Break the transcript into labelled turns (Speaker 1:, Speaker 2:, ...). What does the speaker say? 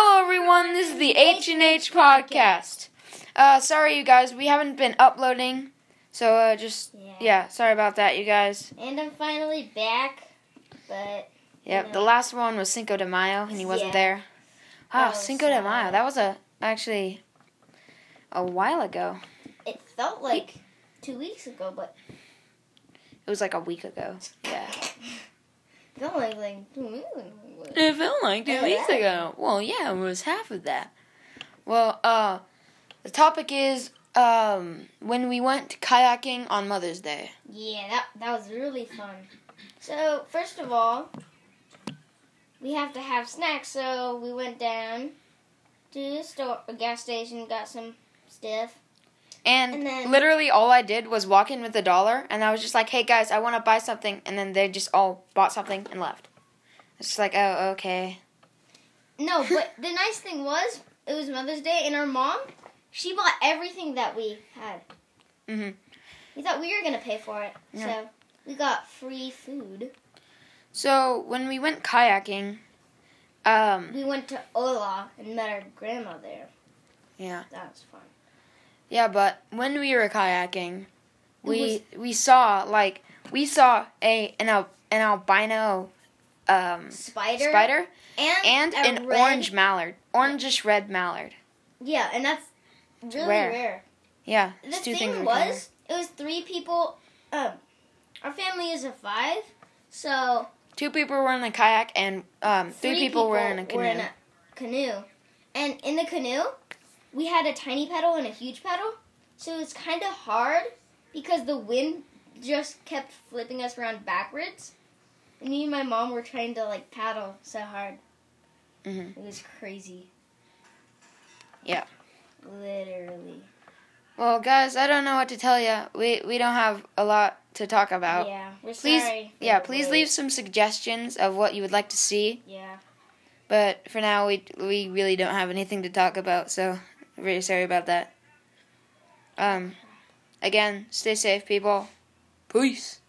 Speaker 1: everyone. This is the H and H podcast. Uh, sorry, you guys, we haven't been uploading, so uh, just
Speaker 2: Yeah.
Speaker 1: yeah, sorry about that, you guys.
Speaker 2: And I'm finally back, but
Speaker 1: Yep,
Speaker 2: Yeah.
Speaker 1: the last one was Cinco de Mayo, and he wasn't
Speaker 2: Yeah.
Speaker 1: there. Ah,
Speaker 2: That was
Speaker 1: Cinco de
Speaker 2: sad.
Speaker 1: Mayo. That was a actually a while ago.
Speaker 2: it felt like two weeks ago, but
Speaker 1: It was like a week ago. Yeah,
Speaker 2: it felt like like two weeks ago.
Speaker 1: it felt like two
Speaker 2: Yeah.
Speaker 1: weeks ago. Well, yeah, it was half of that. Well, uh, the topic is um when we went kayaking on Mother's Day.
Speaker 2: Yeah, that that was really fun. So first of all, we have to have snacks. So we went down to the store, a gas station, got some stuff.
Speaker 1: And,
Speaker 2: And then-
Speaker 1: literally all I did was walk in with a dollar and I was just like, hey guys, I want to buy something. And then they just all bought something and left. It's just like, oh, okay.
Speaker 2: No, but the nice thing was it was Mother's Day, and our mom she bought everything that we had.
Speaker 1: hmm
Speaker 2: We thought we were gonna pay for it,
Speaker 1: Yeah.
Speaker 2: so we got free food.
Speaker 1: So when we went kayaking, um,
Speaker 2: We went to Ola and met our grandma there.
Speaker 1: yeah,
Speaker 2: That was fun.
Speaker 1: yeah, but when we were kayaking,
Speaker 2: It
Speaker 1: we we saw like we saw a an al- an albino um,
Speaker 2: Spider,
Speaker 1: spider and
Speaker 2: and, a
Speaker 1: an
Speaker 2: red-
Speaker 1: orange mallard, orangish red mallard.
Speaker 2: Yeah, and that's really
Speaker 1: rare.
Speaker 2: rare.
Speaker 1: Yeah,
Speaker 2: The
Speaker 1: it's two
Speaker 2: thing
Speaker 1: things were kinda-
Speaker 2: was, it was three people. Um, our family is a five, so
Speaker 1: Two people were in a kayak and um, three, people, were in a canoe.
Speaker 2: canoe. and in the canoe, we had a tiny paddle and a huge paddle, so it's kind of hard because the wind just kept flipping us around backwards. And me and my mom were trying to like paddle so hard.
Speaker 1: hmm
Speaker 2: It was crazy.
Speaker 1: Yeah.
Speaker 2: Literally.
Speaker 1: Well, guys, I don't know what to tell you. We we don't have a lot to talk about.
Speaker 2: yeah. We're
Speaker 1: Oh. please,
Speaker 2: sorry. for
Speaker 1: yeah,
Speaker 2: the
Speaker 1: please
Speaker 2: wait.
Speaker 1: leave some suggestions of what you would like to see.
Speaker 2: Yeah.
Speaker 1: But for now, we we really don't have anything to talk about, so really sorry about that. Um, again, stay safe, people. Peace.